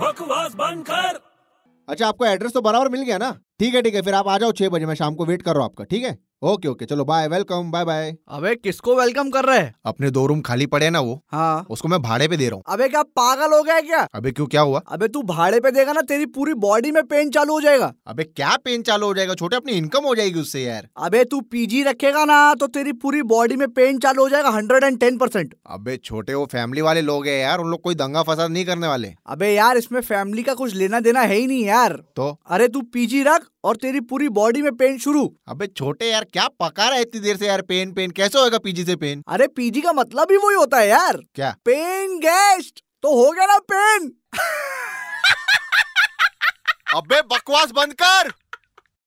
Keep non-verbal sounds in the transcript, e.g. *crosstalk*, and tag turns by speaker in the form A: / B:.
A: बकवास बंद कर
B: अच्छा आपको एड्रेस तो बराबर मिल गया ना ठीक है ठीक है फिर आप आ जाओ छह बजे मैं शाम को वेट कर रहा हूँ आपका ठीक है ओके ओके चलो बाय वेलकम बाय बाय
C: अबे किसको वेलकम कर रहे हैं
D: अपने दो रूम खाली पड़े हैं ना वो
C: हाँ
D: उसको मैं भाड़े पे दे रहा हूँ
C: अबे क्या पागल हो गया है क्या
D: अबे क्यों क्या हुआ
C: अबे तू भाड़े पे देगा ना तेरी पूरी बॉडी में पेन चालू हो जाएगा
D: अबे क्या पेन चालू हो जाएगा छोटे अपनी इनकम हो जाएगी उससे यार
C: अबे तू पीजी रखेगा ना तो तेरी पूरी बॉडी में पेन चालू हो जाएगा हंड्रेड एंड टेन परसेंट
D: अबे छोटे वो फैमिली वाले लोग हैं यार उन लोग कोई दंगा फसाद नहीं करने वाले
C: अबे यार इसमें फैमिली का कुछ लेना देना है ही नहीं यार
D: तो
C: अरे तू पीजी रख और तेरी पूरी बॉडी में पेन शुरू
D: अबे छोटे यार क्या पका रहा है इतनी देर से यार पेन पेन कैसे होएगा पीजी से *laughs* पेन
C: अरे पीजी का मतलब ही वही होता है यार
D: क्या?
C: पेन गेस्ट तो हो *laughs* गया ना पेन
D: अबे बकवास बंद कर